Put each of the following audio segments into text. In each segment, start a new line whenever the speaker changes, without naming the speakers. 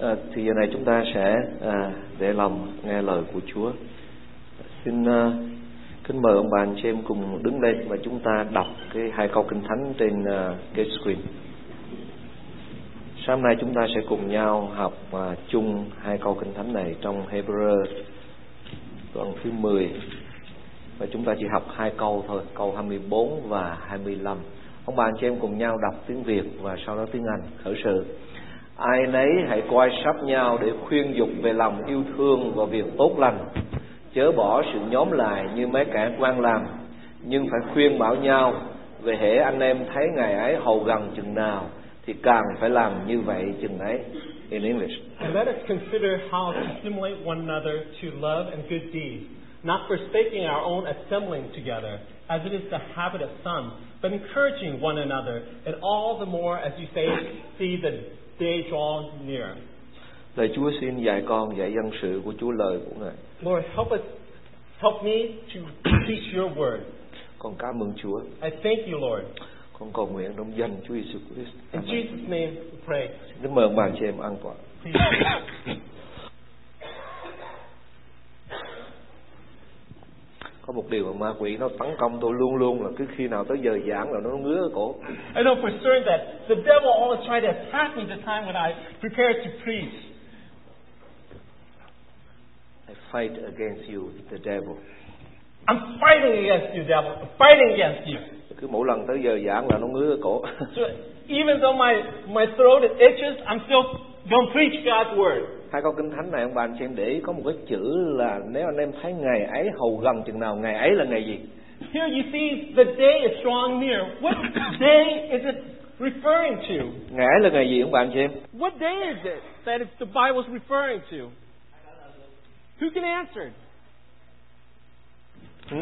À, thì giờ này chúng ta sẽ à, để lòng nghe lời của Chúa. Xin à, kính mời ông bà anh chị em cùng đứng lên và chúng ta đọc cái hai câu kinh thánh trên à, cái screen. Sáng nay chúng ta sẽ cùng nhau học à, chung hai câu kinh thánh này trong Hebrew đoạn thứ 10 và chúng ta chỉ học hai câu thôi, câu 24 và 25. Ông bà anh chị em cùng nhau đọc tiếng Việt và sau đó tiếng Anh khởi sự. Ai nấy hãy coi sắp nhau để khuyên dục về lòng yêu thương và việc tốt lành Chớ bỏ sự nhóm lại như mấy kẻ quan làm Nhưng phải khuyên bảo nhau Về hễ anh em thấy ngày ấy hầu gần chừng nào Thì càng phải làm như vậy chừng ấy In English
And let us consider how to stimulate one another to love and good deeds, not forsaking our own assembling together, as it is the habit of some, but encouraging one another, and all the more as you say, see the day draw near.
Lời Chúa xin dạy con dạy dân sự của Chúa lời của Ngài
Lord, help us, help me to teach your word.
Con cảm ơn Chúa
I thank you, Lord.
Con cầu nguyện trong danh Chúa Giêsu Christ
In
Amen.
Jesus' name we pray.
Xin Kính mời ông bà anh chị em ăn quả
Please.
Có một điều mà ma quỷ nó tấn công tôi luôn luôn là cứ khi nào tới giờ giảng là nó ngứa cổ
I know for certain that the devil always tried to attack me the time when I prepared to preach.
I fight against you, the devil
I'm fighting against you, devil. I'm fighting against you.
cứ mỗi lần tới giờ giảng là nó ngứa cổ
So even though my, my throat it itches, I'm still going to preach God's word.
hai câu kinh thánh này ông bà anh chị em để ý có một cái chữ là nếu anh em thấy ngày ấy hầu gần chừng nào ngày ấy là ngày gì
Here you see the day is drawing near. What day is it referring to?
ngày ấy là ngày gì ông bà anh chị em
What day is it that it's the Bible's referring to? Who can answer?
Hử?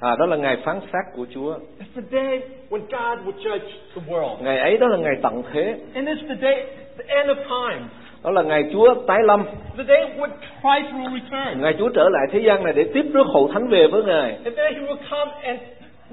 à đó là ngày phán xét của Chúa
It's the day when God will judge the world.
ngày ấy đó là ngày tận thế
And it's the day, the end of time.
đó là ngày Chúa tái lâm
The day when Christ will return.
ngày Chúa trở lại thế gian này để tiếp rước hậu thánh về với ngài
And then he will come and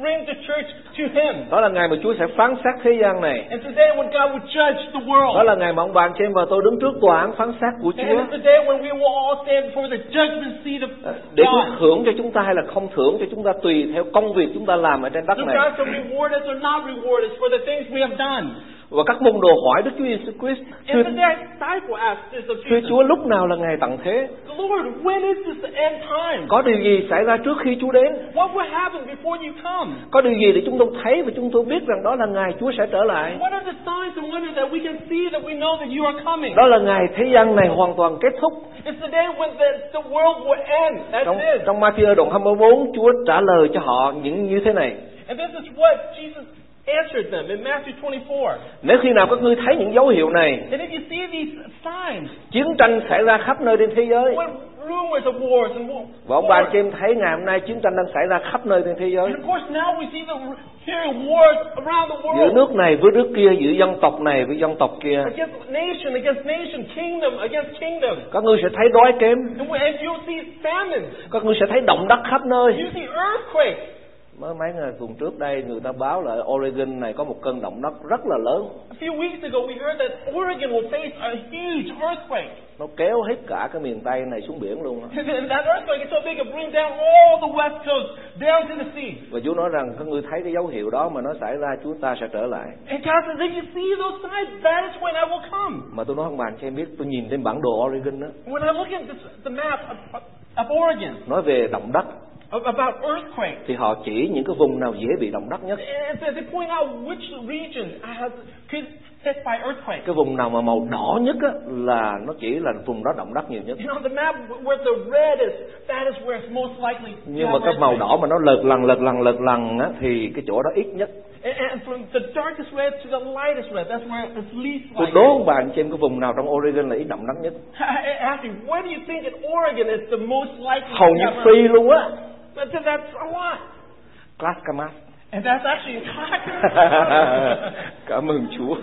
bring the church to him.
đó là ngày mà Chúa sẽ phán xét thế gian này
And today when God will judge the world.
đó là ngày mà ông bà anh chị em và tôi đứng trước tòa án phán xét của
And
Chúa
it's the day when we will all stand before the judgment seat of
Ờ, để Chúa
God.
thưởng cho chúng ta hay là không thưởng cho chúng ta tùy theo công việc chúng ta làm ở trên đất
Do
này
God to reward us or not reward us for the things we have done?
Và các môn đồ hỏi Đức Chúa Giêsu Christ,
And
thưa,
the disciple asked this of
thưa
Jesus,
Chúa lúc nào là ngày tận thế?
Lord, when is this the end time?
Có điều gì xảy ra trước khi Chúa đến?
What will happen before you come?
Có điều gì để chúng tôi thấy và chúng tôi biết rằng đó là ngày Chúa sẽ trở lại?
What are the signs and wonders that we can see that we know that you are coming?
Đó là ngày thế gian này hoàn toàn kết thúc.
It's the day when the, the world will end. That's
Trong
it.
trong Matthew đoạn 24, Chúa trả lời cho họ những như thế này:
And this is what Jesus answered them in Matthew 24.
Nếu khi nào các ngươi thấy những dấu hiệu này,
And if you see these signs,
chiến tranh xảy ra khắp nơi trên thế giới.
when rumors of wars and war,
Và ông bà anh
wars
chị em thấy ngày hôm nay chiến tranh đang xảy ra khắp nơi trên thế giới.
And of course, now we see the hearing wars around the
Giữa
world
nước này với nước kia, giữa dân tộc này với dân tộc kia.
against nation, against nation, kingdom against kingdom.
Các ngươi sẽ thấy đói kém,
And, we- and you'll see famines,
các ngươi sẽ thấy động đất khắp nơi.
you see earthquakes.
Mới mấy ngày tuần trước đây người ta báo là Oregon này có một cơn động đất rất là lớn,
A few weeks ago, we heard that Oregon will face a huge earthquake.
nó kéo hết cả cái miền Tây này xuống biển luôn. á.
And that earthquake is so big it brings down all the west coast down to the sea.
Và Chúa nói rằng các ngươi thấy cái dấu hiệu đó mà nó xảy ra Chúa ta sẽ trở lại.
And God says, if you see those signs, that is when I will come.
Mà tôi nói không bạn cho em biết tôi nhìn trên bản đồ Oregon đó
When I look at this, the map of, of Oregon,
nói về động đất
of, about earthquakes,
thì họ chỉ những cái vùng nào dễ bị động đất nhất,
And so they point out which region has could hit by earthquake.
cái vùng nào mà màu đỏ nhất á, là nó chỉ là vùng đó động đất nhiều nhất.
And on the map where the red is, that is where it's most likely. to
Nhưng mà
have
cái màu
earthquake.
đỏ mà nó lợt lần lợt lần lợt lần á, thì cái chỗ đó ít nhất.
And, and from the darkest red to the lightest red, that's where it's least
Tôi
likely.
đố bạn xem cái vùng nào trong Oregon là ít động đất nhất.
Asking, where do you think in Oregon is the most likely?
hầu
to
như
have
phi luôn á
earthquake? But then that's a lot.
Clackamas
And that's actually in Congress.
cảm ơn Chúa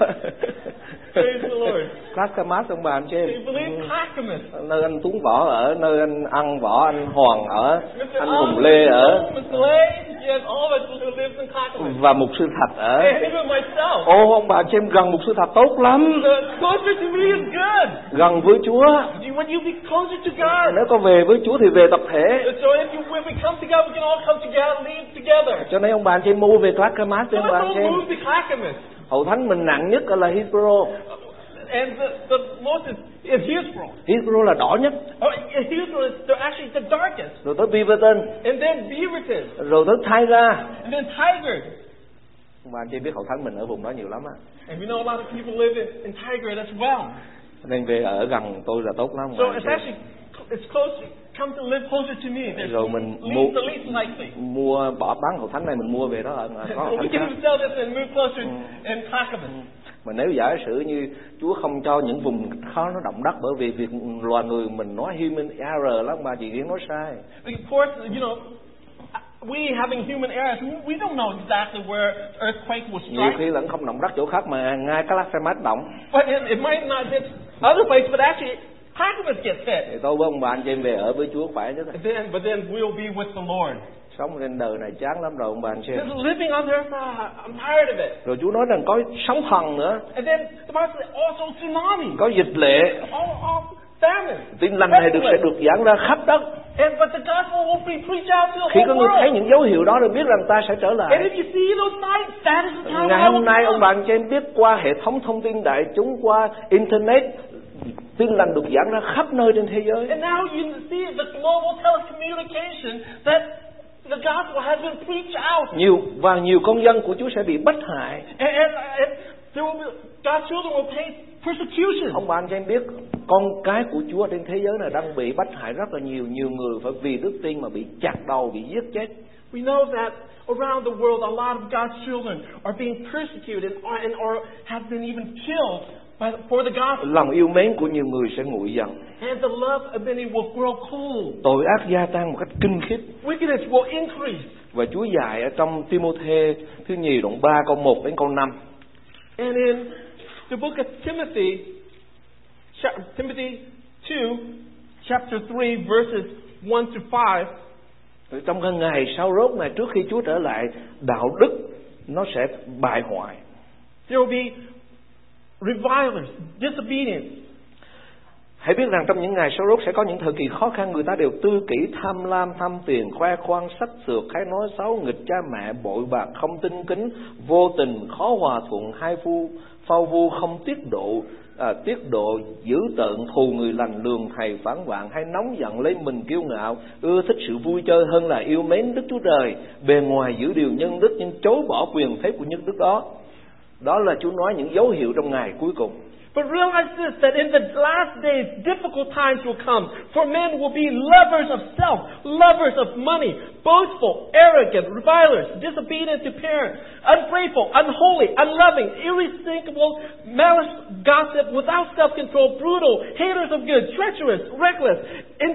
Praise the Lord.
Clackamas ông bà anh chị
Do
em
you believe Clackamas?
nơi anh Tuấn Võ ở nơi anh ăn Võ anh Hoàng ở
Mr.
anh
Ong,
Hùng Lê ở
Mr. Lê, yes, all of us who lives in Clackamas.
và mục sư Thạch ở.
And even myself.
Ô ông bà xem gần mục sư Thạch tốt lắm,
The closer to me is good.
gần với Chúa.
You- When you be closer to God.
Nếu có về với Chúa thì về tập thể.
So if you, when we come together, we can all come together, live together.
Cho nên ông bà xem mua về Clackamas
So
cho ông
let's
bà
all
xem.
move to Clackamas.
Hậu thánh mình nặng nhất là Hebrew.
And the, the most is, is Hebrew.
Hebrew là đỏ nhất,
Oh, Hebrew is the, actually the darkest.
rồi tới Beaverton,
And then Beaverton.
rồi tới Tyra.
And then Tiger.
Ông bà anh chị biết hậu thánh mình ở vùng đó nhiều lắm á.
And we know a lot of people live in, in Tiger as well.
Nên về ở gần tôi là tốt lắm.
So
ông bà anh
it's
chị.
actually it's close. Come to live closer to me. That's
Rồi mình
least,
mu-
the least likely.
mua bỏ bán hậu thánh này mình mua về đó ở ở- có
So
hậu
we
thánh
can
khác.
sell this and move closer and Clackamas.
Mà nếu giả sử như Chúa không cho những vùng khó nó động đất bởi vì việc loài người mình nói human error lắm mà chị Yến nói sai.
Of course, you know, we having human errors, we- we don't know exactly where earthquake will
Nhiều
strike.
khi là không động đất chỗ khác mà ngay cái lát xe mát động.
But it, it might not hit other place, but actually Clackamas gets hit.
Thì tôi với ông bà anh chị em về ở với Chúa khỏe nhất.
And then, but then we'll be with the Lord.
Sống trên đời này chán lắm rồi ông bà anh chị. em.
Just living on the earth, ah, I'm tired of it.
Rồi Chúa nói rằng có sóng thần nữa,
And then the Bible says also tsunami,
có dịch lệ,
all, all famine.
tin lành này được sẽ
pestilence.
được giảng ra khắp đất.
And but the gospel will be preached out to the
Khi có
whole
người thấy
world.
những dấu hiệu đó thì biết rằng ta sẽ trở lại.
And if you see those signs, that is the time when
Ngày
I will
hôm nay ông
come.
bà anh chị em biết qua hệ thống thông tin đại chúng qua internet tin lành được giảng ra khắp nơi trên thế giới.
And now you see the global telecommunication that the gospel has been preached out.
Nhiều và nhiều con dân của Chúa sẽ bị bất hại.
And, and, and there will be, God's children will face persecution.
Ông bà anh chị em biết con cái của Chúa trên thế giới này đang bị bắt hại rất là nhiều, nhiều người phải vì đức tin mà bị chặt đầu, bị giết chết.
We know that around the world, a lot of God's children are being persecuted and are, and are have been even killed by, for the gospel.
Lòng yêu mến của nhiều người sẽ nguội dần.
And the love of many will grow cold.
Tội ác gia tăng một cách kinh khiếp.
Wickedness will increase.
Và Chúa dạy ở trong Timôthê thứ nhì đoạn 3 câu 1 đến câu 5.
And in the book of Timothy, chap- Timothy 2, chapter 3, verses 1 to 5,
Rồi Trong cái ngày sau rốt này trước khi Chúa trở lại, đạo đức nó sẽ bại hoại.
there will be revilers, disobedience.
Hãy biết rằng trong những ngày sau rốt sẽ có những thời kỳ khó khăn người ta đều tư kỷ, tham lam, tham tiền, khoe khoang, sách sược, hay nói xấu, nghịch cha mẹ, bội bạc, không tinh kính, vô tình, khó hòa thuận, hai phu, phao vu, không tiết độ, à, tiết độ, dữ tợn, thù người lành, lường thầy, phản vạn, hay nóng giận, lấy mình kiêu ngạo, ưa thích sự vui chơi hơn là yêu mến Đức Chúa Trời, bề ngoài giữ điều nhân đức nhưng chối bỏ quyền phép của nhân đức đó. Đó là Chúa nói những dấu hiệu trong ngày cuối cùng.
But realize this that in the last days, difficult times will come. For men will be lovers of self, lovers of money, boastful, arrogant, revilers, disobedient to parents, ungrateful, unholy, unloving, irresistible, malice, gossip, without self control, brutal, haters of good, treacherous, reckless,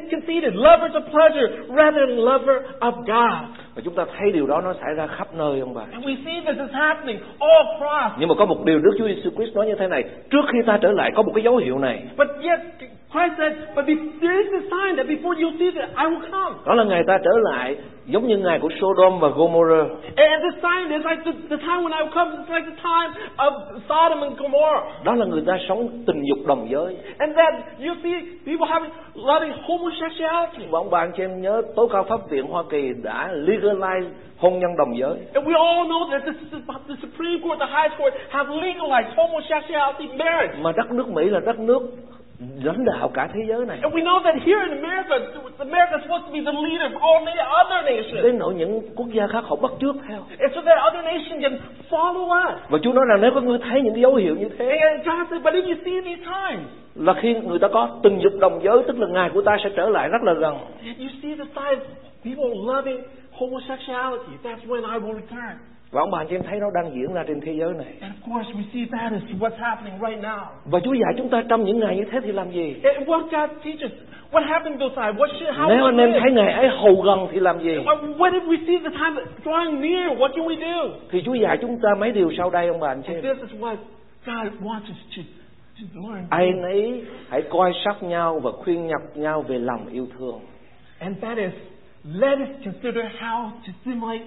conceited, lovers of pleasure rather than lover of God.
Và chúng ta thấy điều đó nó xảy ra khắp nơi ông bà.
And we see this is happening all across
Nhưng mà có một điều Đức Chúa Giêsu Christ nói như thế này, trước khi ta trở lại có một cái dấu hiệu này,
But yet, Christ said, but be, there is a sign that before you see that, I will come.
đó là ngày ta trở lại giống như ngày của Sodom và Gomorrah.
And, and the sign is like the, the time when I will come is like the time of Sodom and Gomorrah.
Đó là người ta sống tình dục đồng giới.
And then you see people having loving homosexuality.
Và ông bà anh chị em nhớ tối cao pháp viện Hoa Kỳ đã legalize hôn nhân đồng giới.
And we all know that this, this, the Supreme Court, the highest court, have legalized homosexuality marriage.
Mà đất nước Mỹ là đất nước lãnh đạo cả thế giới này.
And we know that here in America, America is supposed to be the leader of all the other
Đến
nations.
nỗi những quốc gia khác họ bắt chước theo.
And so that other nations can follow us.
Và Chúa nói rằng nếu có người thấy những cái dấu hiệu như thế
And God said, but if you see these times,
là khi người ta có tình dục đồng giới tức là ngày của ta sẽ trở lại rất là gần.
You see the signs, people loving homosexuality. That's when I will return.
Và ông bà anh chị em thấy nó đang diễn ra trên thế giới này.
And of course, we see that is what's happening right now.
Và Chúa dạy chúng ta trong những ngày như thế thì làm gì?
And what God teaches, what happened those times? What should, how
Nếu anh
we
em
live?
thấy ngày ấy hầu gần thì làm gì?
What- What if we see the time drawing near? What can we do?
Thì Chúa dạy chúng ta mấy điều sau đây ông bà anh chị.
And
em.
this is what God wants us to, to learn.
Ai nấy hãy coi sát nhau và khuyên nhập nhau về lòng yêu thương.
and that is, let us consider how to simulate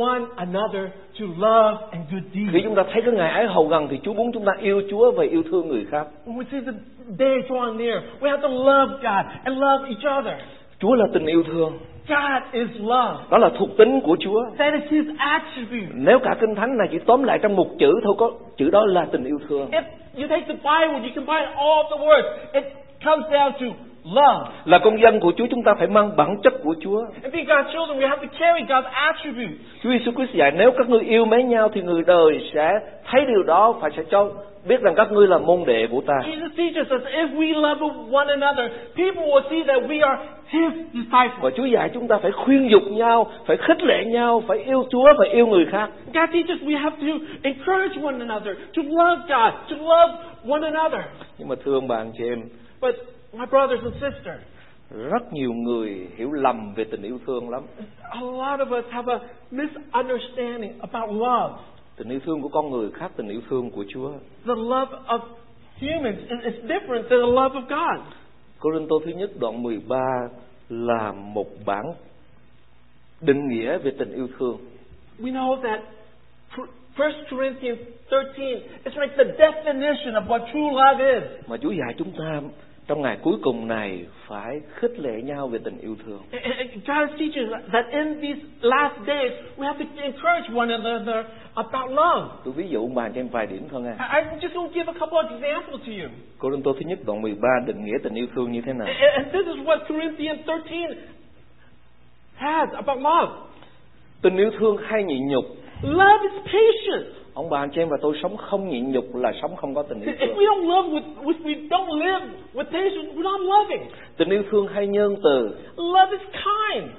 one another to love and good
Khi
deeds.
chúng ta thấy cái ngày ấy hầu gần thì Chúa muốn chúng ta yêu Chúa và yêu thương người khác.
When we see the day drawing near, we have to love God and love each other.
Chúa là tình yêu thương,
God is love.
đó là thuộc tính của Chúa.
That is His attribute.
Nếu cả kinh thánh này chỉ tóm lại trong một chữ thôi có chữ đó là tình yêu thương.
If you take the Bible, you combine all the words, it comes down to love.
Là con dân của Chúa chúng ta phải mang bản chất của Chúa.
And being God's children, we have to carry God's attributes.
Chúa Giêsu Christ dạy nếu các ngươi yêu mến nhau thì người đời sẽ thấy điều đó và sẽ cho biết rằng các ngươi là môn đệ của ta.
Jesus teaches us if we love one another, people will see that we are His disciples.
Và Chúa dạy chúng ta phải khuyên dục nhau, phải khích lệ nhau, phải yêu Chúa và yêu người khác.
God teaches we have to encourage one another, to love God, to love one another.
Nhưng mà thương bà anh chị em,
But my brothers and sisters,
rất nhiều người hiểu lầm về tình yêu thương lắm.
a lot of us have a misunderstanding about love.
Tình yêu thương của con người khác tình yêu thương của Chúa.
The love of humans is, is different than the love of God.
Cô-rin-tô thứ nhất đoạn 13 là một bản định nghĩa về tình yêu thương.
We know that 1 Corinthians 13 is like the definition of what true love is.
Mà Chúa dạy chúng ta trong ngày cuối cùng này phải khích lệ nhau về tình yêu thương.
And- and- and God is teaching us that in these last days, we have to encourage one another about love.
Tôi ví dụ bà cho em vài điểm thôi nghe.
I- I'm just going to give a couple of examples to you.
Cô-rin-tô thứ nhất đoạn 13 định nghĩa tình yêu thương như thế nào?
And- And this is what Corinthians 13 has about love.
Tình yêu thương hay nhịn nhục.
Love is patient.
Ông bà anh chị em và tôi sống không nhịn nhục là sống không có tình yêu
If
thương.
we don't love with, if we don't live with patience, we're not loving.
Tình yêu thương hay nhân từ.
Love is kind.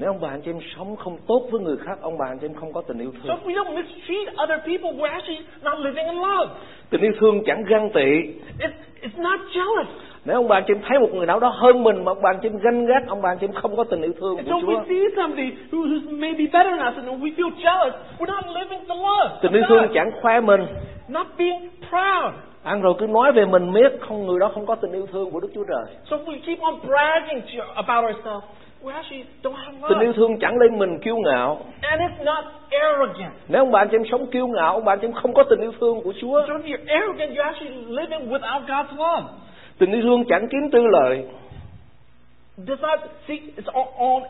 Nếu ông bà anh chị em sống không tốt với người khác, ông bà anh chị em không có tình yêu
So
thương.
if we don't mistreat other people, we're actually not living in love.
Tình yêu thương chẳng ganh tị.
It's, it's not jealous.
Nếu ông bà anh chị em thấy một người nào đó hơn mình mà ông bà anh chị em ganh ghét, ông bà anh chị em không có tình yêu thương
And
của
so if we
Chúa.
see somebody who, who's maybe better than us and we feel jealous, we're not living the love.
Tình yêu
of
thương
God.
chẳng khoe mình.
Not being proud.
Ăn rồi cứ nói về mình miết, không người đó không có tình yêu thương của Đức Chúa Trời.
So if we keep on bragging to, about ourselves, we actually don't have
Tình yêu
love.
thương chẳng lên mình kiêu ngạo.
And it's not arrogant.
Nếu ông bà anh chị em sống kiêu ngạo, ông bà anh chị em không có tình yêu thương của Chúa.
So if you're arrogant, you're actually living without God's love.
Tình yêu thương chẳng kiếm tư lợi.
Does not seek its all, all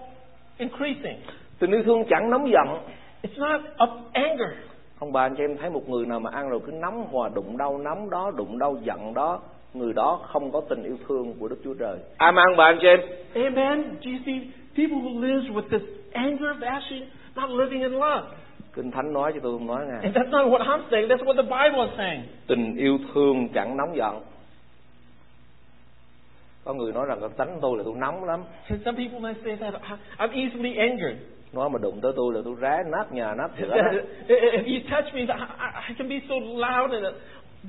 increasing.
Tình yêu thương chẳng nóng giận.
It's not of anger.
Ông bà anh chị em thấy một người nào mà ăn rồi cứ nóng hòa đụng đau nóng đó, đụng đau giận đó, người đó không có tình yêu thương của Đức Chúa Trời. Amen ông bà anh chị em.
Amen. Do you see people who live with this anger, they're actually not living in love.
Kinh Thánh nói cho tôi không nói nghe.
And that's not what I'm saying. That's what the Bible is saying.
Tình yêu thương chẳng nóng giận. Có người nói rằng cái tánh tôi là tôi nóng lắm,
Because some people might say that "I- I'm easily angered.
nói mà đụng tới tôi là tôi ré nát nhà nát cửa.
if you touch me, I, I, I can be so loud and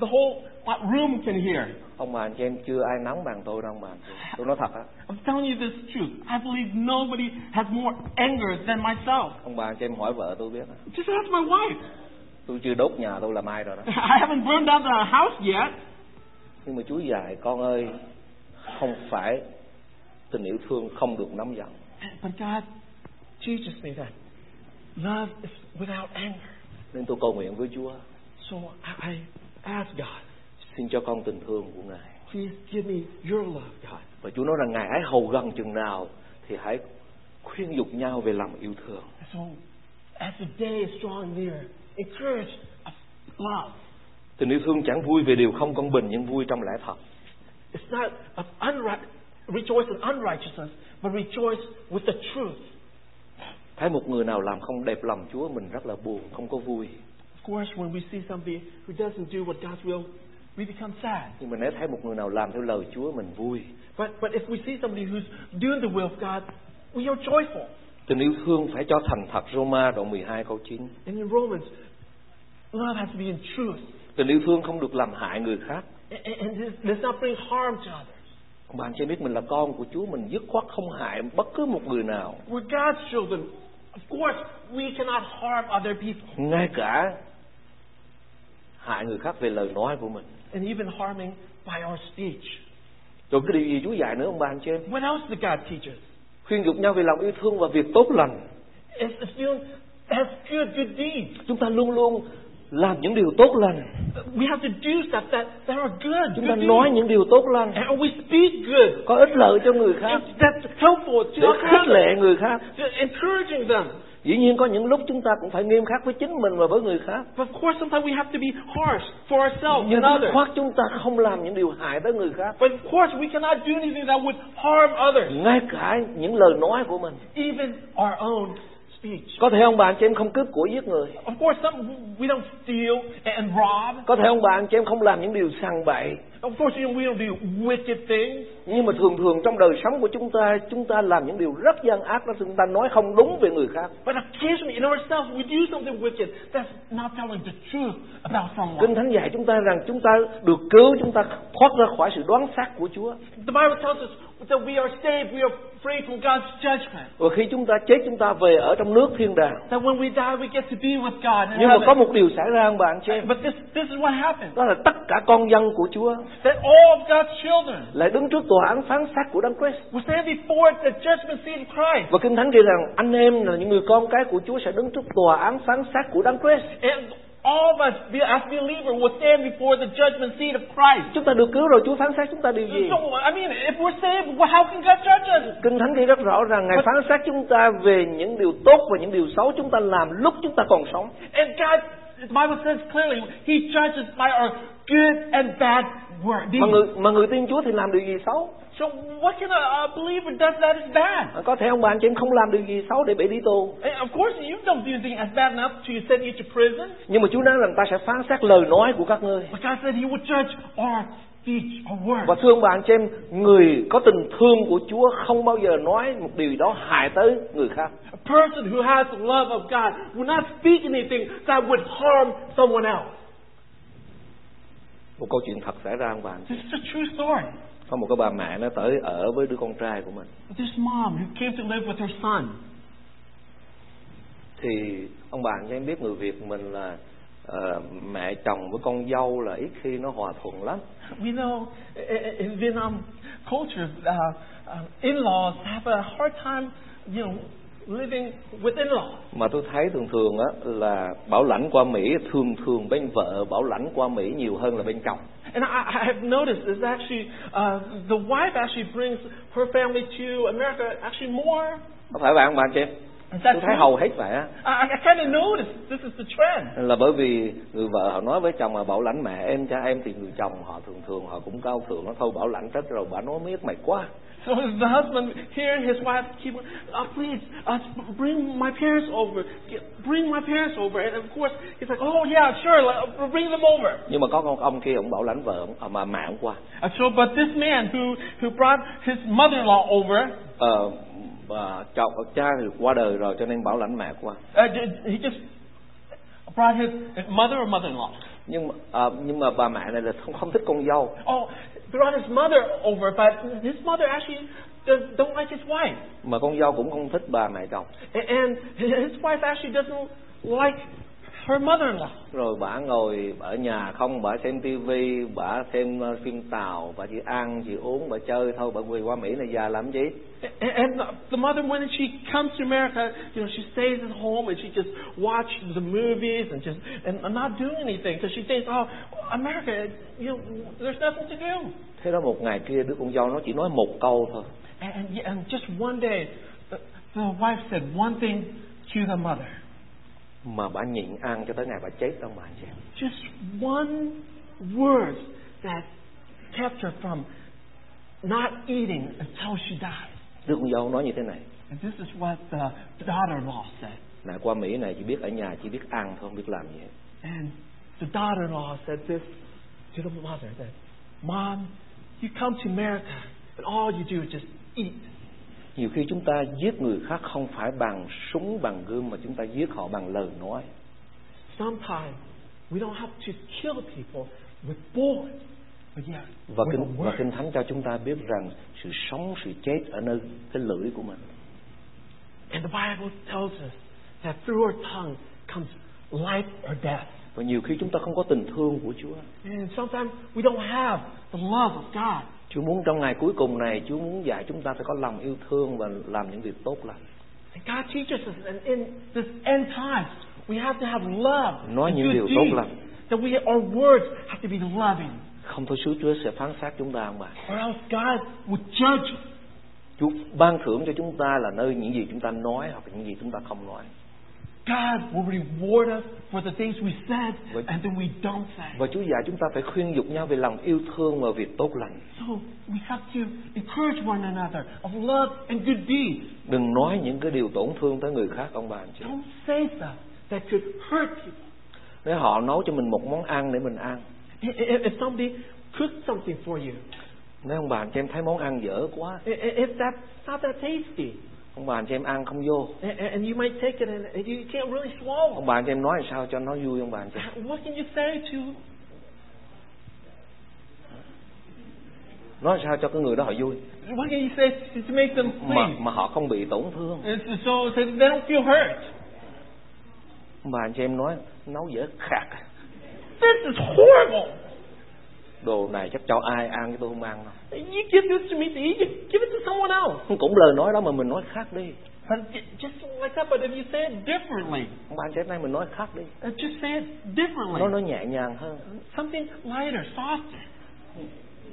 the whole room can hear.
Ông bà anh chị em chưa ai nóng bằng tôi đâu ông bà. anh chị em. Tôi nói thật á.
I'm telling you this truth. I believe nobody has more anger than myself.
Ông bà anh chị em hỏi vợ tôi biết á.
Just ask my wife.
Tôi chưa đốt nhà tôi làm ai rồi đó.
I haven't burned down the house yet.
Nhưng mà Chúa dạy con ơi Không phải tình yêu thương không được nóng giận
But God teaches me that love is without anger.
Nên tôi cầu nguyện với Chúa
So I, I ask God,
Xin cho con tình thương của Ngài
please give me your love, God.
Và Chúa nói rằng Ngài hãy hầu gần chừng nào Thì hãy khuyên dục nhau về lòng yêu thương
So, as the day is drawing near, encourage of love.
Tình yêu thương chẳng vui về điều không công bình Nhưng vui trong lẽ thật
It's not of unright, rejoice in unrighteousness, but rejoice with the truth.
Thấy một người nào làm không đẹp lòng Chúa Mình rất là buồn, không có vui
Of course, when we see somebody who doesn't do what God's will, we become sad.
Nhưng mà nếu thấy một người nào làm theo lời Chúa Mình vui
But but if we see somebody who's doing the will of God, we are joyful.
Tình yêu thương phải cho thành thật Roma đoạn 12 câu 9
And in Romans, love has to be in truth,
Tình yêu thương không được làm hại người khác
and, and and this does not bring harm to others.
Ông bà anh chị biết mình là con của Chúa Mình dứt khoát không hại bất cứ một người nào
We're God's children. Of course, we cannot harm other people,
Ngay cả Hại người khác về lời nói của mình
and even harming by our speech.
Rồi cái điều gì Chúa dạy nữa ông bà anh chị em
What else did God teach us?
Khuyên dục nhau về lòng yêu thương và việc tốt lành
It's, it's doing as good, good deeds.
Chúng ta luôn luôn làm những điều tốt lành.
We have to do stuff that, that are good.
Chúng
good
ta
deeds.
nói những điều tốt lành.
And we speak good.
Có ích lợi cho người khác.
It's- That's helpful to
Để
our
khích
family.
lệ người khác.
To Encouraging them.
Dĩ nhiên có những lúc chúng ta cũng phải nghiêm khắc với chính mình và với người khác.
But of course, sometimes we have to be harsh for ourselves
Nhưng
and others.
khoát chúng ta không làm những điều hại tới người khác.
But of course, we cannot do anything that would harm others,
Ngay cả những lời nói của mình.
even our own speech.
Có thể ông bà anh chị em không cướp của giết người.
Of course, some, we don't steal and rob.
Có thể ông bà anh chị em không làm những điều sằng bậy.
Of course, you know, we don't do wicked things.
Nhưng mà thường thường trong đời sống của chúng ta, chúng ta làm những điều rất gian ác đó, chúng ta nói không đúng về người khác.
But occasionally, in ourselves, we do something wicked. That's not telling the truth about someone.
Kinh Thánh dạy chúng ta rằng chúng ta được cứu, chúng ta thoát ra khỏi sự đoán sát của Chúa.
The Bible tells us that we are saved, we are free from God's judgment.
Và khi chúng ta chết chúng ta về ở trong nước thiên đàng.
That when we die, we get to be with God. In
Nhưng mà có
heaven.
một điều xảy ra ông bà anh chị em,
But this, this is what happens.
đó là tất cả con dân của Chúa
That all of God's children
lại đứng trước tòa án phán xét của Đấng Christ.
will stand before the judgment seat of Christ.
Và Kinh Thánh ghi rằng anh em là những người con cái của Chúa sẽ đứng trước tòa án phán xét của Đấng Christ.
And all of us, be- as believers, will stand before the judgment seat of Christ.
Chúng ta được cứu rồi Chúa phán xét chúng ta điều gì?
So, I mean, if we're saved, well, how can God judge us?
Kinh Thánh ghi rất rõ rằng Ngài phán xét chúng ta về những điều tốt và những điều xấu chúng ta làm lúc chúng ta còn sống.
And God, the Bible says clearly, He judges by our good and bad work.
Mà người mà người tin Chúa thì làm điều gì xấu? À,
So, what can a, a believer does that is bad?
Có thể ông bà anh chị em không làm điều gì xấu để bị đi tù.
And of course, you don't do anything as bad enough to send you to prison.
Nhưng mà Chúa nói rằng ta sẽ phán xét lời nói của các ngươi.
But God said He will judge our speech, our words.
Và thưa ông bà anh chị em, người có tình thương của Chúa không bao giờ nói một điều gì đó hại tới người khác.
A person who has the love of God will not speak anything that would harm someone else.
Một câu chuyện thật xảy ra ông bà anh chị.
This is a true story.
Có một cái bà mẹ nó tới ở với đứa con trai của mình.
This mom who came to live with her son.
Thì ông bà anh chị em biết người Việt mình là ờ, mẹ chồng với con dâu là ít khi nó hòa thuận lắm.
We know i- i- in Vietnam culture, uh, uh, in-laws have a hard time, you know, living with in-laws.
mà tôi thấy thường thường á là bảo lãnh qua Mỹ thường thường bên vợ bảo lãnh qua Mỹ nhiều hơn là bên chồng
And I, I have noticed is actually uh, the wife actually brings her family to America actually more.
có phải vậy không bà chị em?
Is that
tôi thấy
true?
hầu hết vậy á
I, I kind of noticed this is the trend.
là bởi vì người vợ họ nói với chồng mà bảo lãnh mẹ em cha em thì người chồng họ thường thường họ cũng cao thượng nó thôi bảo lãnh hết rồi bà nói miết mày quá
So the husband here and his wife keep, oh, please, uh, bring my parents over. Get- Bring my parents over. And of course, he's like, oh, yeah, sure, like, uh, bring them over.
nhưng mà có con ông kia ông bảo lãnh vợ ổng- à, mà mẹ ông qua
And so, but this man who, who brought his mother-in-law over,
ờ bà chồng cha thì qua đời rồi cho nên bảo lãnh mẹ qua
uh, did- he just brought his mother or mother-in-law.
nhưng mà à, nhưng mà bà mẹ này là không không thích con dâu
Oh, brought his mother over, but his mother actually does, don't like his wife.
mà con dâu cũng không thích bà mẹ chồng
A- And his wife actually doesn't like her mother-in-law.
rồi bả ngồi ở nhà không bả xem tivi bả xem ờ, phim tàu bả chỉ ăn chỉ uống bả chơi thôi bả quỳ qua mỹ này già làm gì
And the mother, when she comes to America, you know, she stays at home and she just watches the movies and just and not doing anything because she thinks, oh, America, you know, there's nothing to do.
thế đó một ngày kia đứa con dâu nó chỉ nói một câu thôi
And, and, and just one day, the, the wife said one thing to the mother,
mà bả nhịn ăn cho tới ngày bả chết đó mà anh chị em.
just one word that kept her from not eating until she died.
đứa con dâu nói như thế này
And this is what the daughter-in-law said.
nè qua mỹ này chỉ biết ở nhà chỉ biết ăn thôi không biết làm gì hết
And the daughter in law said this to the mother that, Mom, you come to America and all you do is just eat.
nhiều khi chúng ta giết người khác không phải bằng súng bằng gươm mà chúng ta giết họ bằng lời nói
Sometimes we don't have to kill people with bullets, but yeah,
và
with
kinh
a
và
word.
kinh thánh cho chúng ta biết rằng sự sống sự chết ở nơi cái lưỡi của mình
And the Bible tells us that through our tongue comes life or death.
Và nhiều khi chúng ta không có tình thương của Chúa.
And sometimes we don't have the love of God.
Chúa muốn trong ngày cuối cùng này, Chúa muốn dạy chúng ta phải có lòng yêu thương và làm những việc tốt lành.
And God teaches us that in this end time, we have to have love
Nói
and
những
good
điều tốt
deeds.
lành.
That we, our words have to be loving,
không thôi Chúa Chúa sẽ phán xét chúng ta ông bà
or else God would judge us.
Chúa ban thưởng cho chúng ta là nơi những gì chúng ta nói hoặc những gì chúng ta không nói
God will reward us for the things we said
Vậy-
and then we don't say.
và Chúa dạy chúng ta phải khuyên dục nhau về lòng yêu thương và việc tốt lành
So we have to encourage one another of love and good deeds.
đừng nói những cái điều tổn thương tới người khác ông bà anh chị
Don't say stuff that could hurt people.
nếu họ nấu cho mình một món ăn để mình ăn
I- i- If somebody cooked something for you,
nếu ông bà anh chị em thấy món ăn dở quá
i- i- if that's not that tasty,
ông bà anh chị em ăn không vô
a- a- and you might take it and you can't really swallow,
ông bà anh chị em nói làm sao cho nó vui ông bà anh chị em?
what can you say to?
nói làm sao cho cái người đó họ vui
What can you say to- to make them
mà
pleased?
mà họ không bị tổn thương
It's So that they don't feel hurt.
ông bà anh chị em nói nấu dở khạc
This is horrible.
đồ này chắc cho ai ăn chứ tôi không ăn đâu
You give this to me to eat, you give it to someone else.
cũng lời nói đó mà mình nói khác đi
But j- just like that, but if you say it differently,
ông bà anh chị em nay mình nói khác đi
uh, just say it
nó nó
differently.
nhẹ nhàng hơn
Something lighter, softer.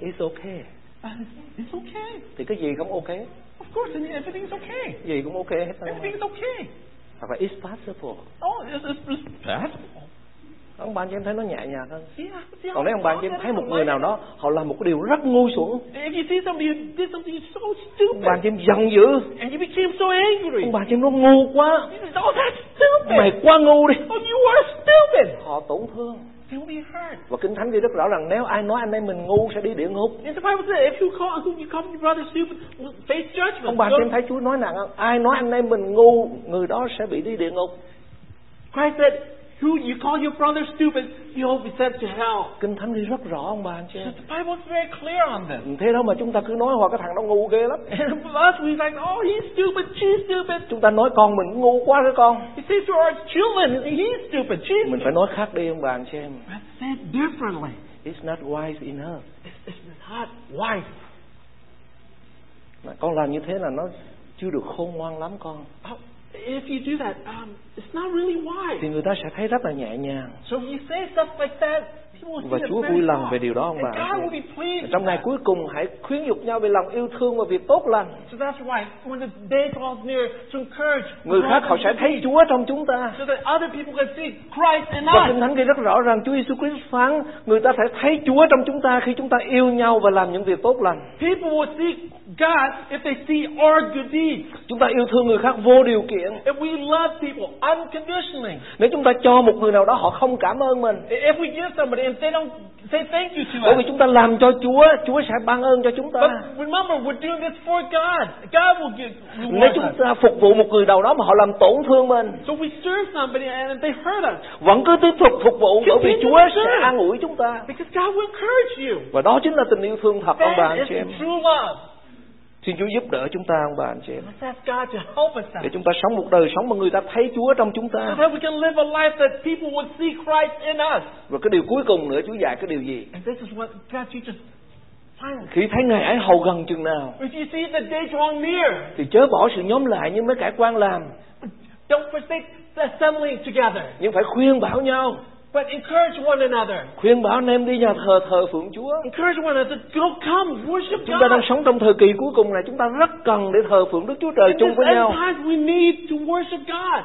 it's okay
Uh, it's okay.
thì cái gì cũng ok
Of course, I mean, everything's okay.
gì cũng ok hết thôi
Everything's okay.
hoặc là it's possible
Oh, it's, it's, it's passable.
ông bà anh chị em thấy nó nhẹ nhàng hơn
Yeah, see how
còn nếu ông bà anh
soft
chị em
that
thấy
is,
một
the
người nào
lighter.
đó họ làm một cái điều rất ngu xuẩn
If you see somebody who did something so
ông bà anh
stupid
chị em giận dữ
and you became so angry,
ông bà anh chị em nó ngu quá
you said, oh, that's stupid.
mày quá ngu đi
Oh, you are stupid.
họ tổn thương
They'll be hurt.
và kinh thánh ghi rất rõ rằng nếu ai nói anh em mình ngu sẽ đi địa ngục
And the Bible says, if you call whom you call your brother stupid, will face judgment.
ông bà anh
Go-
chị em thấy Chúa nói rằng ai nói anh em mình ngu người đó sẽ bị đi địa ngục
Christ said, who you call your brother stupid, you will be sent to hell.
kinh thánh ghi rất rõ ông bà anh chị
So
em
the Bible's very clear on this.
thế đó mà chúng ta cứ nói hoặc cái thằng đó ngu ghê lắm
And for us, we like, oh, he's stupid, she's stupid.
chúng ta nói con mình ngu quá đó con
He says to our children, he's stupid, she's
mình phải
stupid.
nói khác đi ông bà anh chị em
But said differently.
it's not wise enough
It's, it's not wise.
Mà con làm như thế là nó chưa được khôn ngoan lắm con
Oh, if you do that, um, it's not really wise.
thì người ta sẽ thấy rất là nhẹ nhàng
So if you say stuff like that, people will see
Và
that
Chúa
very
vui lòng
wrong.
về điều đó, ông
And
bà anh chị
God will
em.
be pleased.
trong
with
ngày
that.
cuối cùng hãy khuyến dục nhau về lòng yêu thương và việc tốt lành
So that's why when the day falls near, to encourage
người khác họ sẽ thấy Chúa trong chúng ta
so that other people can see Christ in
và kinh
us.
thánh ghi rất rõ rằng Chúa Giêsu Christ phán người ta sẽ thấy Chúa trong chúng ta khi chúng ta yêu nhau và làm những việc tốt lành
People will see God if they see our good deeds.
chúng ta yêu thương người khác vô điều kiện
If we love people unconditionally.
nếu chúng ta cho một người nào đó họ không cảm ơn mình
If we give somebody and they don't say thank you to
bởi vì
us.
chúng ta làm cho Chúa Chúa sẽ ban ơn cho chúng ta
But remember, we're doing this for God. God will give
nếu
reward
chúng
us.
ta phục vụ một người nào đó mà họ làm tổn thương mình
So we serve somebody and they hurt us.
vẫn cứ tiếp tục phục vụ bởi vì Chúa sẽ an ủi chúng ta
Because God will encourage you.
và đó chính là tình yêu thương thật ông bà
That
anh
is
chị em
true love.
xin Chúa giúp đỡ chúng ta ông bà anh chị em
Let's ask God to help us out.
để chúng ta sống một đời sống mà người ta thấy Chúa trong chúng
So
ta
that we can live a life that people will see Christ in us.
và cái điều cuối cùng nữa Chúa dạy cái điều gì
And this is what God teaches finally.
khi thấy ngày ấy hầu gần chừng nào
If you see the day drawing near,
thì chớ bỏ sự nhóm lại như mấy kẻ quan làm
don't forsake the assembling together,
nhưng phải khuyên bảo nhau
but encourage one another.
khuyên bảo anh em đi nhà thờ thờ phượng Chúa
Encourage one another. Go come, worship
chúng ta đang
God.
sống trong thời kỳ cuối cùng này chúng ta rất cần để thờ phượng Đức Chúa Trời
In this
chung với
end
nhau
times, we need to worship God.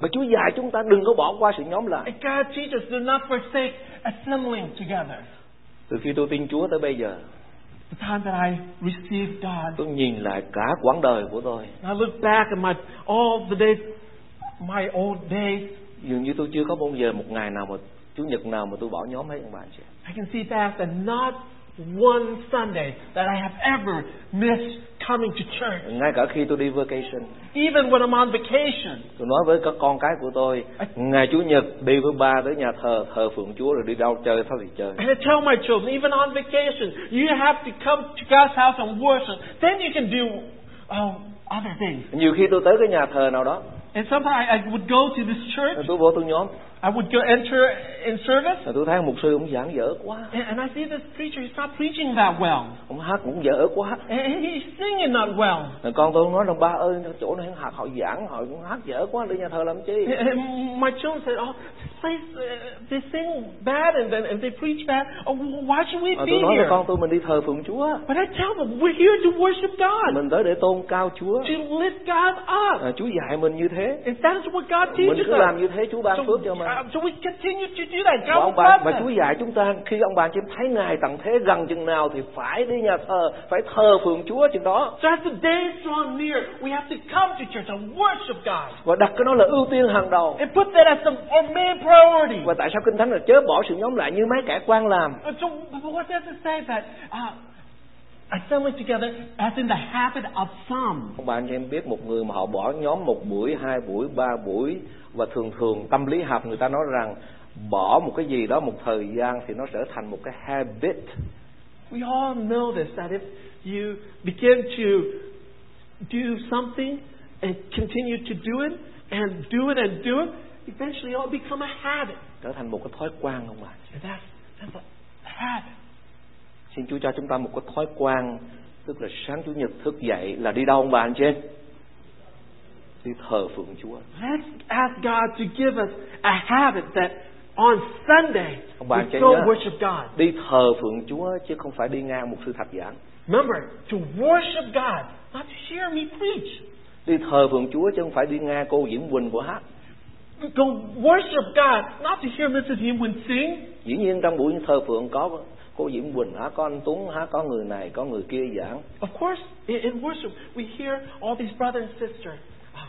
và Chúa dạy chúng ta đừng có bỏ qua sự nhóm lại
And God teaches us to not forsake assembling together.
từ khi tôi tin Chúa tới bây giờ
The time that I received God,
tôi nhìn lại cả quãng đời của tôi
I look back at my all the days, my old days.
dường như tôi chưa có bao giờ một ngày nào mà chủ nhật nào mà tôi bỏ nhóm hết ông bà anh chị
I can see back that not one Sunday that I have ever missed coming to church.
ngay cả khi tôi đi vacation
Even when I'm on vacation,
tôi nói với các con cái của tôi ngày chủ nhật đi với ba tới nhà thờ thờ phượng Chúa rồi đi đâu chơi thôi thì chơi
and I tell my children, even on vacation, you have to come to God's house and worship. Then you can do um, other things.
nhiều khi tôi tới cái nhà thờ nào đó
And sometimes I would go to this church.
tôi vô tôi nhóm
I would go enter in service,
rồi tôi thấy ông mục sư ông giảng dở quá
and, and I see this preacher. He's not preaching that well.
ông hát cũng dở quá
And he's singing not well.
Rồi con tôi nói rằng ba ơi chỗ này học họ giảng họ cũng hát dở quá đi nhà thờ làm chi
And my children said, "Oh, this place uh, they sing bad and then and they preach bad. Oh, wh- why should we
Mà
be
tôi nói là
here?"
con tôi mình đi thờ phượng Chúa
But I tell them, we're here to worship God,
Mình tới để tôn cao Chúa
to lift God up.
à, Chúa dạy mình như thế
And that is what God
Mình
teaches
cứ làm
us.
như thế Chúa ban
So,
phước cho mình
uh, so we continue to do that.
và
God
ông
will
bà,
bless
và Chúa
us.
dạy chúng ta khi ông bà chị em thấy Ngài tận thế gần chừng nào thì phải đi nhà thờ, phải thờ phượng Chúa chừng đó.
So as the days draw near, we have to come to church and worship God.
Và đặt cái đó là ưu tiên hàng đầu.
And put that as the, our main priority.
Và tại sao Kinh Thánh là chớ bỏ sự nhóm lại như mấy kẻ quan làm?
And so what does it say that uh, assembling together as in the habit of some?
Ông bà anh chị em biết một người mà họ bỏ nhóm một buổi, hai buổi, ba buổi và thường thường tâm lý học người ta nói rằng bỏ một cái gì đó một thời gian thì nó trở thành một cái habit.
We all know this that if you begin to do something and continue to do it and do it and do it, eventually it'll become a habit.
Trở thành một cái thói quen ông bà.
And that's, that's a habit.
Xin Chúa cho chúng ta một cái thói quen tức là sáng chủ nhật thức dậy là đi đâu ông bà anh chị em? Đi thờ phượng Chúa.
Let's ask God to give us a habit that on Sunday
Ông bà anh chị
we go
nhớ.
worship God.
Đi thờ phượng Chúa chứ không phải đi ngang một sư thạch giảng.
Remember to worship God, not to hear me preach.
Đi thờ phượng Chúa chứ không phải đi ngang cô Diễm Quỳnh của hát.
Go worship God, not to hear Mrs. Yimwin sing.
Dĩ nhiên trong buổi thờ phượng có cô Diễm Quỳnh hả có anh Tuấn hả có người này có người kia giảng.
Of course, in, in worship we hear all these brother and sister um,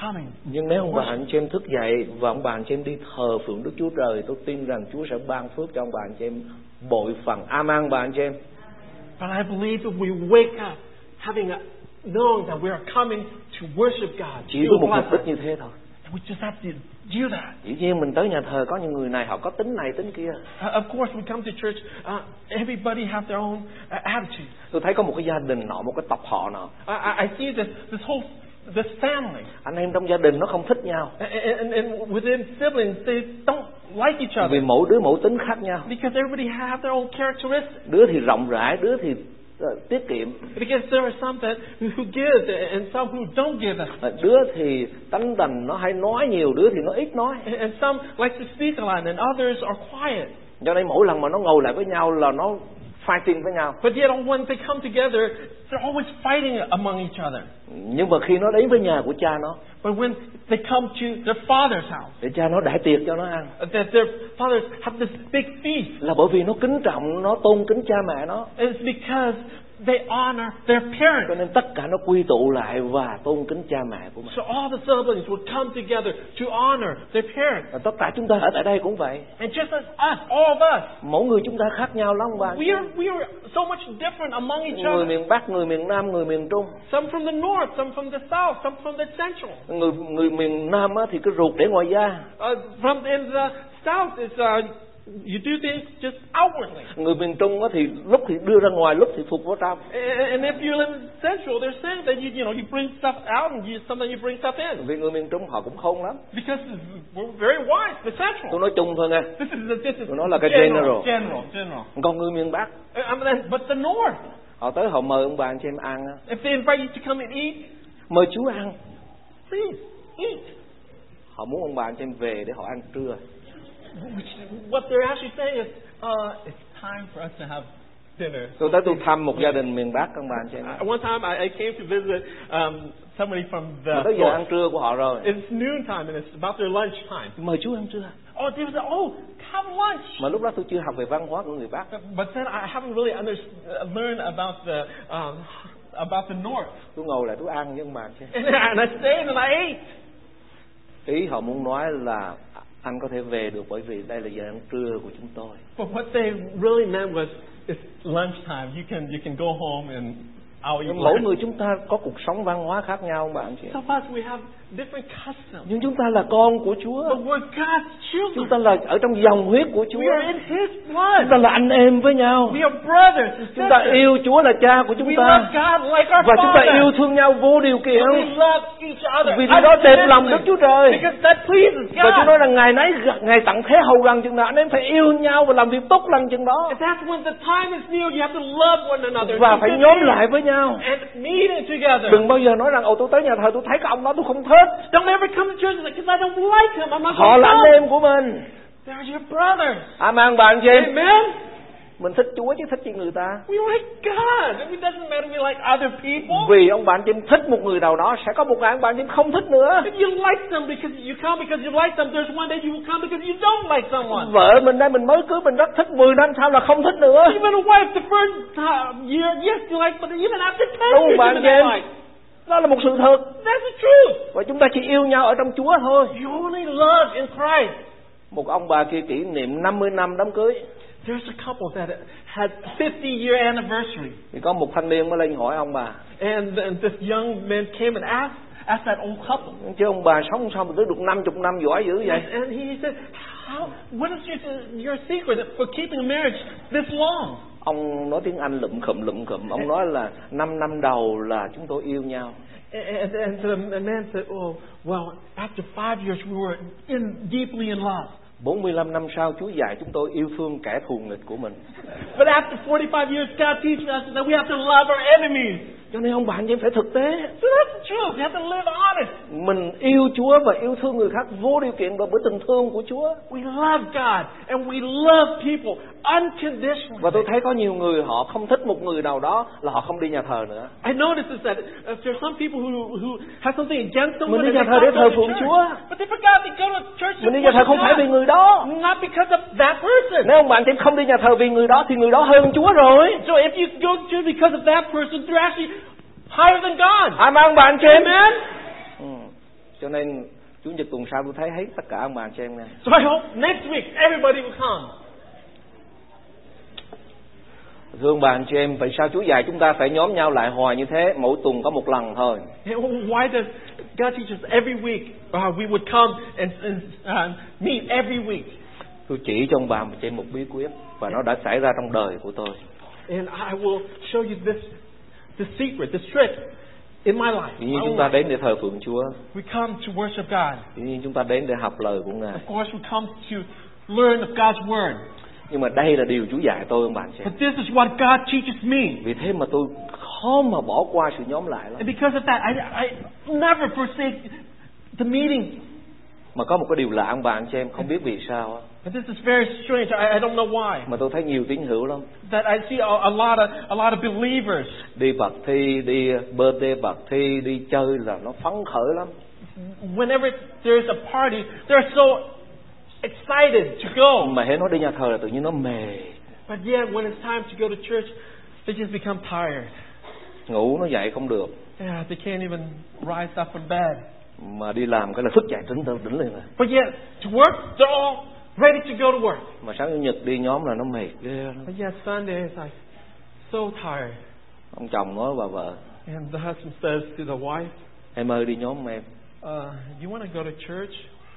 coming.
Nhưng nếu ông bà anh chị em thức dậy và ông bà anh chị em đi thờ phượng Đức Chúa Trời, tôi tin rằng Chúa sẽ ban phước cho ông bà anh chị em bội phần. Amen ông bà anh chị em.
But I believe if we wake up having a, knowing that we are coming to worship God,
Chỉ
He
có
will
một
bless
mục đích
us.
như thế thôi.
And we just have to do that.
Dĩ nhiên mình tới nhà thờ có những người này họ có tính này tính kia.
Uh, of course, we come to church. Uh, everybody have their own uh, attitude.
Tôi thấy có một cái gia đình nọ, một cái tộc họ nọ.
I, I I see this this whole this family uh,
Anh em trong gia đình nó không thích nhau.
and, and, and within siblings they don't like each
Vì
other
mỗi đứa mỗi tính khác nhau.
because everybody have their own characteristics.
Đứa thì rộng rãi, đứa thì ờ, tiết kiệm.
Because there are some that who, who give and some who don't give, and,
Ờ, Đứa thì tánh tình nó hay nói nhiều, đứa thì nó ít nói.
and some like to speak a lot, and others are quiet.
Cho nên mỗi lần mà nó ngồi lại với nhau là nó fighting với nhau.
But yet, when they come together, they're always fighting among each other.
Nhưng mà khi nó đến với nhà của cha nó,
But when they come to their father's house,
để cha nó đãi tiệc cho nó ăn.
that their fathers have this big feast.
Là bởi vì nó kính trọng, nó tôn kính cha mẹ nó.
It's because they honor their
Cho
parents.
nên tất cả nó quy tụ lại và tôn kính cha mẹ của mình.
So all the siblings would come together to honor their parents.
Và Ờ, tất cả chúng ta ở tại đây cũng vậy.
And just as us, all of us,
Mỗi người chúng ta khác nhau lắm ông bà.
we are, we are so much different among each
Người
other.
miền Bắc, người miền Nam, người miền Trung.
Some from the north, some from the south, some from the central.
Người người miền Nam á, thì cái ruột để ngoài da.
Uh, from in the south is uh, you do things just outwardly.
Người miền Trung á, thì lúc thì đưa ra ngoài, lúc thì phục vào trong.
And and if you live in central, they're saying that you you know you bring stuff out and you sometimes you bring stuff in
Vì người miền Trung họ cũng khôn lắm.
because we're very wise. The
Tôi
central.
nói chung thôi nghe.
This is the, this is
Nó là cái
general,
general.
general, general.
Còn người miền Bắc,
Uh, I mean, that's- but the north,
họ tới họ mời ông bà anh chị em ăn. á.
if they invite you to come and eat,
Mời chú ăn.
please eat.
Họ muốn ông bà anh chị em về để họ ăn trưa.
Which, what they're actually saying is, uh, it's time for us to have dinner.
Tôi tới tôi thăm một gia đình miền Bắc ông bà anh chị em.
Uh, one time I, I came to visit um, somebody from
Mà
the
tới giờ ăn
north.
trưa của họ rồi.
It's noontime and it's about their lunchtime.
Mời chú ăn trưa.
Oh, they said, oh, have lunch.
Mà lúc đó tôi chưa học về văn hóa của người Bắc.
But, but then I haven't really under, uh, learned about the um, about the north.
Tôi ngồi lại tôi ăn với ông bà anh chị em.
And, I- and I stayed and I ate.
Ý họ muốn nói là anh có thể về được bởi vì đây là giờ ăn trưa của chúng tôi.
But what they really meant was, it's lunchtime. You can you can go home and our
Nhưng mỗi
life.
người chúng ta có cuộc sống văn hóa khác nhau mà anh chị
Some of us, we have different customs.
nhưng chúng ta là con của Chúa
But we're God's
chúng
children.
ta là ở trong dòng huyết của Chúa
We are in His
chúng ta
blood.
là anh em với nhau
We are brothers and
chúng ta
sisters.
yêu Chúa là cha của chúng
We
ta
love God like our
và chúng ta yêu
Father.
thương nhau vô điều kiện
And we love each other.
vì điều đó đẹp lòng Đức Chúa
unconditionally.
Trời
Because that pleases
và Chúa
God.
nói là ngày nấy ngày tặng thế hầu rằng chừng nào anh em phải yêu nhau và làm việc tốt lành chừng đó
And that's when the time is near. You have to love one another.
và
To
phải
sit
nhóm
in
lại với nhau
And meeting together.
đừng bao giờ nói rằng ồ tôi tới nhà thờ tôi thấy cái ông đó tôi không thích
Don't ever come to church because I don't like him. I'm not
họ
going
là
to
anh em của mình
They're your brothers.
amen bạn chị
Amen.
mình thích Chúa chứ thích chi người ta
We like God. It doesn't matter we like other people.
vì ông bạn chị thích một người nào đó sẽ có một bạn bạn chị không thích nữa
If you like them because you come because you like them, there's one day you will come because you don't like someone.
vợ mình đây mình mới cưới mình rất thích 10 năm sau là không thích nữa
Even a wife, the first time, year, yes, you like, but even after 10
Đúng
years,
bạn
you
chị
don't
em.
like.
đó là một sự thật
That's the truth.
và chúng ta chỉ yêu nhau ở trong Chúa thôi
You only love in Christ.
một ông bà kia kỷ niệm 50 năm đám cưới
There's a couple that had 50 year anniversary,
thì có một thanh niên mới lên hỏi ông bà
and, and this young man came and asked asked that old couple.
chứ ông bà sống sao mà tới được 50 năm giỏi dữ vậy
And he said, How, what is your, your secret for keeping a marriage this long?
ông nói tiếng Anh lụm khụm lụm khụm ông nói là 5 năm đầu là chúng tôi yêu nhau
And, and the man said, Oh, well, after five years, we were in, deeply in love.
45 năm sau Chúa dạy chúng tôi yêu thương kẻ thù nghịch của mình
But after 45 years, God teaches us that we have to love our enemies.
cho nên ông bà anh em phải thực tế
So that's the truth. We have to live honest.
mình yêu Chúa và yêu thương người khác vô điều kiện và bởi tình thương của Chúa
We love God and we love people unconditionally.
và tôi thấy có nhiều người họ không thích một người nào đó là họ không đi nhà thờ nữa
I notice is that uh, there's some people who who have something against someone
Mình đi
and they
nhà thờ để
come
thờ
to
phượng
church.
Chúa.
But they forgot they go to church to
mình đi nhà thờ
worship
không phải vì
God.
người đó
Not because of that person.
nếu ông bạn em không đi nhà thờ vì người đó thì người đó hơn Chúa rồi
So if you go to because of that person, they're actually higher than God.
Amen À, ông bạn chị em
Amen.
Ừ. Cho nên Chủ nhật tuần sau tôi thấy hết tất cả ông bà chị em nè.
So I hope next week everybody will come.
Thưa ông bà chị em, vậy sao Chúr dạy chúng ta phải nhóm nhau lại hoài như thế, mỗi tuần có một lần thôi.
Hey, well, Why does God teach us every week? Uh, we would come and, and uh, meet every week.
Tôi chỉ cho ông bà chị em một bí quyết và nó đã xảy ra trong đời của tôi.
And I will show you this this secret, this trick in my life.
Dĩ nhiên
my own
chúng ta
life.
đến để thờ phượng Chúa,
We come to worship God.
dĩ nhiên chúng ta đến để học lời của Ngài.
Of course, we come to learn of God's Word.
Nhưng mà đây là điều Chúr dạy tôi ông bà chị em.
But this is what God teaches me.
Vì thế mà tôi khó mà bỏ qua sự nhóm lại lắm.
And because of that, I, I never forsake the meeting.
Mà có một cái điều lạ ông bà anh chị em không biết vì sao á.
But this is very strange. I, I don't know why.
mà tôi thấy nhiều tín hữu lắm.
That I see a, a lot of a lot of believers.
Đi bạc thi, đi ờ, birthday bạc thi, đi chơi là nó phấn khởi lắm.
Whenever there's a party, they're so excited to go.
mà hễ nó đi nhà thờ là tự nhiên nó mề
But yet, when it's time to go to church, they just become tired.
ngủ nó dậy không được
Yeah, they can't even rise up from bed.
mà đi làm cái là thức dậy tỉnh tao tỉnh liền à
But yet, to work, they're all ready to go to work.
mà sáng chủ nhật đi nhóm là nó mệt ghê lắm
But yet Sunday is like so tired.
ông chồng nói bà vợ
And the husband says to the wife,
em ơi đi nhóm em
uh, you want to go to church?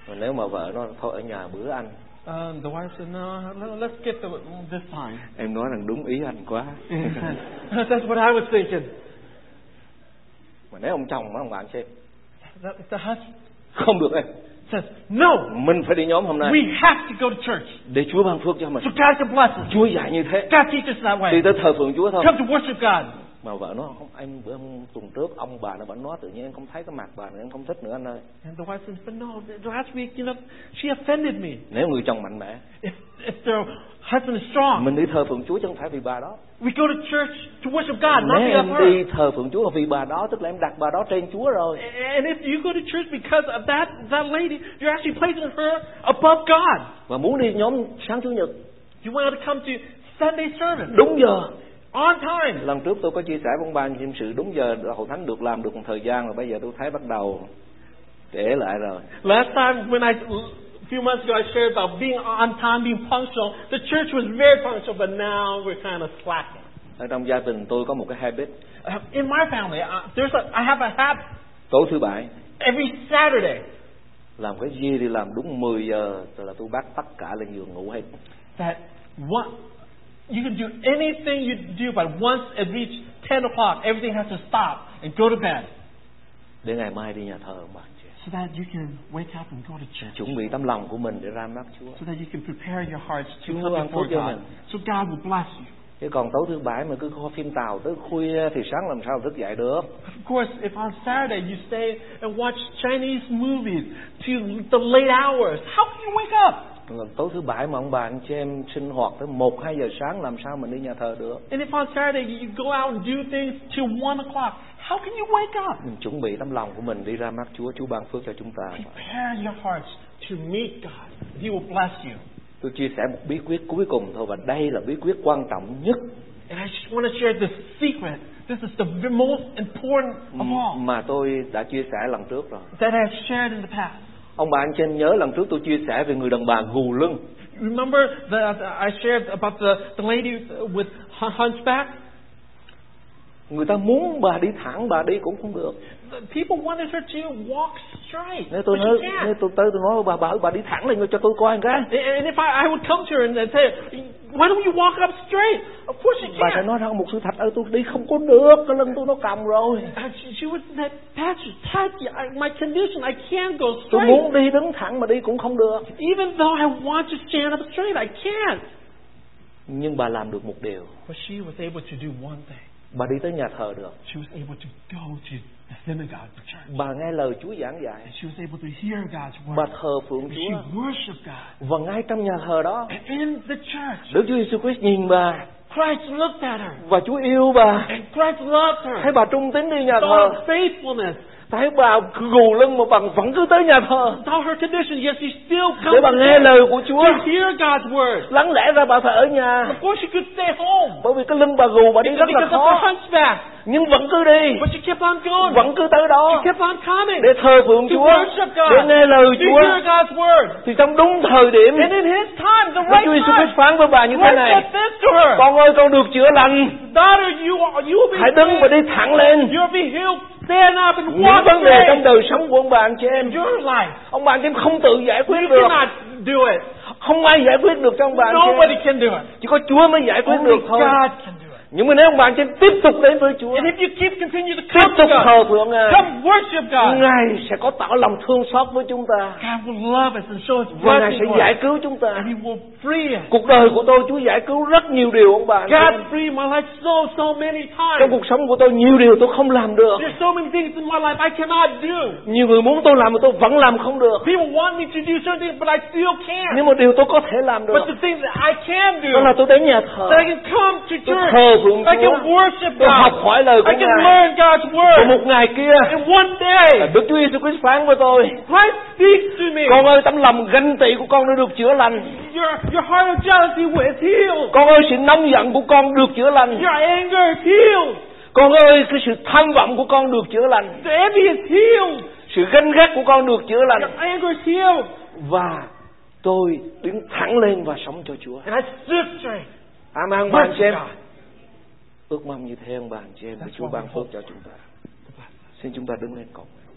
mà nếu mà vợ nó thôi ở nhà bữa anh
Um, the wife said, no, let- let's get the, this time.
em nói rằng đúng ý anh quá
That's what I was thinking.
mà nếu ông chồng á ông bạn xem
The, the husband
không được em
says, no,
mình phải đi nhóm hôm nay
we have to go to church
để Chúa ban phước cho mình
so God can bless us.
Chúa dạy như thế
God teaches us that
đi
way.
tới thờ phượng Chúa thôi
Come to worship God.
mà vợ nó không em bữa hôm tuần trước ông bà nó vẫn nói tự nhiên em không thấy cái mặt bà nữa em không thích nữa anh ơi
And the wife says, but no, last week, you know, she offended me.
nếu người chồng mạnh mẽ
If, if the husband is strong,
mình đi thờ phượng Chúa chứ không phải vì bà đó
we go to church to worship God, not
nếu
because of
em
her.
đi thờ phượng Chúa là vì bà đó tức là em đặt bà đó trên Chúa rồi
And if you go to church because of that that lady, you're actually placing her above God.
và muốn đi nhóm sáng chủ nhật
You want her to come to Sunday service
đúng giờ
on time.
lần trước tôi có chia sẻ với ông ba những sự đúng giờ hội thánh được làm được một thời gian rồi bây giờ tôi thấy bắt đầu trễ lại rồi
Last time when I a few months ago I shared about being on time, being punctual. The church was very punctual, but now we're kind of slacking.
ở trong gia đình tôi có một cái habit
Uh, In my family, I, there's a, I have a habit
tối thứ bảy
every Saturday
làm cái gì thì làm đúng 10 giờ rồi là tôi bắt tất cả lên giường ngủ hết
that one, you can do anything you do, but once it reaches 10 o'clock, everything has to stop and go to bed
để ngày mai đi nhà thờ mà
so that you can wake up and go to church.
chuẩn bị tấm lòng của mình để ra mắt Chúa
So that you can prepare your hearts to
Chúa
come
ban
before
phước cho
God.
mình.
So God will bless you.
chứ còn tối thứ bảy mà cứ coi phim tàu tới khuya thì sáng làm sao thức dậy được
Of course, if on Saturday you stay and watch Chinese movies to the late hours, how can you wake up?
Là tối thứ bảy mà ông bà anh chị em sinh hoạt tới một hai giờ sáng làm sao mình đi nhà thờ được
And if on Saturday you go out and do things till 1 o'clock, how can you wake up?
mình chuẩn bị tấm lòng của mình đi ra mắt Chúa Chúa ban phước cho chúng ta
Prepare your hearts to meet God. He will bless you.
tôi chia sẻ một bí quyết cuối cùng thôi và đây là bí quyết quan trọng nhất
And I just want to share this secret. This is the v- most important of all
mà tôi đã chia sẻ lần trước rồi
that I've shared in the past.
ông bà anh chị em nhớ lần trước tôi chia sẻ về người đàn bà gù lưng
Remember that I shared about the, the lady with hun- hunchback?
người ta muốn bà đi thẳng bà đi cũng không được
The People wanted her to walk straight,
nếu
but
tôi nói
she
nếu
can't.
tôi tới tôi nói với bà bà ơi, bà đi thẳng lên cho tôi coi cái
And if I, I would come to her and I'd say, why don't you walk up straight? Of course she
bà sẽ
can't.
nói rằng một sự thật ơi tôi đi không có được cái lưng tôi nó cầm rồi
And she, she would say, Pastor, Tati, I, my condition, I can't go
tôi
straight.
muốn đi đứng thẳng mà đi cũng không được
Even though I want to stand up straight, I can't.
nhưng bà làm được một điều
But she was able to do one thing.
bà đi tới nhà thờ được
She was able to go to the synagogue, the church.
bà nghe lời Chúa giảng
And
dạy
she was able to hear God's
bà
word.
thờ phượng
And she
Chúa
worshiped God.
và ngay trong nhà thờ đó
And in the church,
Đức Chúa Giêsu Christ nhìn bà
Christ looked at her.
và Chúa yêu bà
And Christ loved
thấy
her.
bà trung tín đi nhà
Saw
thờ
her faithfulness.
thấy bà cứ gù lưng mà bằng vẫn cứ tới nhà thờ
Saw her condition. Yet she still
để
comes
bà nghe lời của Chúa
to hear God's word.
lắng lẽ ra bà phải ở
Of
nhà
course, she could stay home.
bởi vì cái lưng bà gù bà đi rất
Because
là
of her
khó
hunchback.
nhưng vẫn cứ đi
But she kept on going.
vẫn cứ tới đó
She kept on coming.
để thờ phượng
To
Chúa
worship God.
để nghe lời
To
Chúa
hear God's word.
thì trong đúng thời điểm
And in His time, the
Đức Chúa
right
Giêsu
time.
Christ phán với bà như thế
Christ
này
said this to her.
Con ơi con được chữa lành
Daughter, you are, you will be
Hãy đứng và đi thẳng lên
You'll be healed. Stand up and
Những
walk
vấn đề
away.
trong đời sống của ông bà anh chị em
Your life.
Ông bà anh chị em không tự giải quyết
You
được
cannot do it.
Không ai giải quyết được cho ông bà anh chị
Nobody
em
can do it.
Chỉ có Chúa mới giải quyết
Only
được thôi
God can do it.
Nhưng mà nếu ông bà anh chị em tiếp tục đến với Chúa
And if you keep continue to
Tiếp
come to
tục
God,
thờ phượng Ngài
come worship God,
Ngài sẽ có tỏ lòng thương xót với chúng ta
God will love us and show us
Và Ngài
blessing
sẽ
for
giải
us.
cứu chúng ta
And He will free us.
Cuộc đời của tôi Chúa giải cứu rất nhiều điều ông bà anh chị em.
God freed my life so, so many
Trong
times.
cuộc sống của tôi nhiều điều tôi không làm được
There's so many things in my life I cannot do.
Nhiều người muốn tôi làm mà tôi vẫn làm không được
People want me to do certain things, but I still
Nhưng
can't.
mà điều tôi có thể làm được
But the things that I can do,
Đó là tôi đến nhà thờ
that I can come to
Tôi
church.
thờ phượng
I can
Chúa
worship
Tôi
God.
học hỏi lời của
I can
Ngài
learn God's
Và
word.
một ngày kia
And one day,
Đức Chúa Giêsu Christ phán với tôi
Christ speaks to me.
Con ơi tấm lòng ganh tị của con đã được chữa lành
Your, your heart of jealousy is healed.
Con ơi sự nóng giận của con được chữa lành
Your anger is healed.
Con ơi cái sự tham vọng của con được chữa lành
The envy is healed.
Sự ganh ghét của con được chữa
Your
lành
anger is healed.
Và tôi đứng thẳng lên và sống cho Chúa
And I stood straight.
Amen ông bà anh chị em Ước mong như thế ông bà anh chị em Chúa ban phước cho chúng ta Xin chúng ta đứng lên cầu nguyện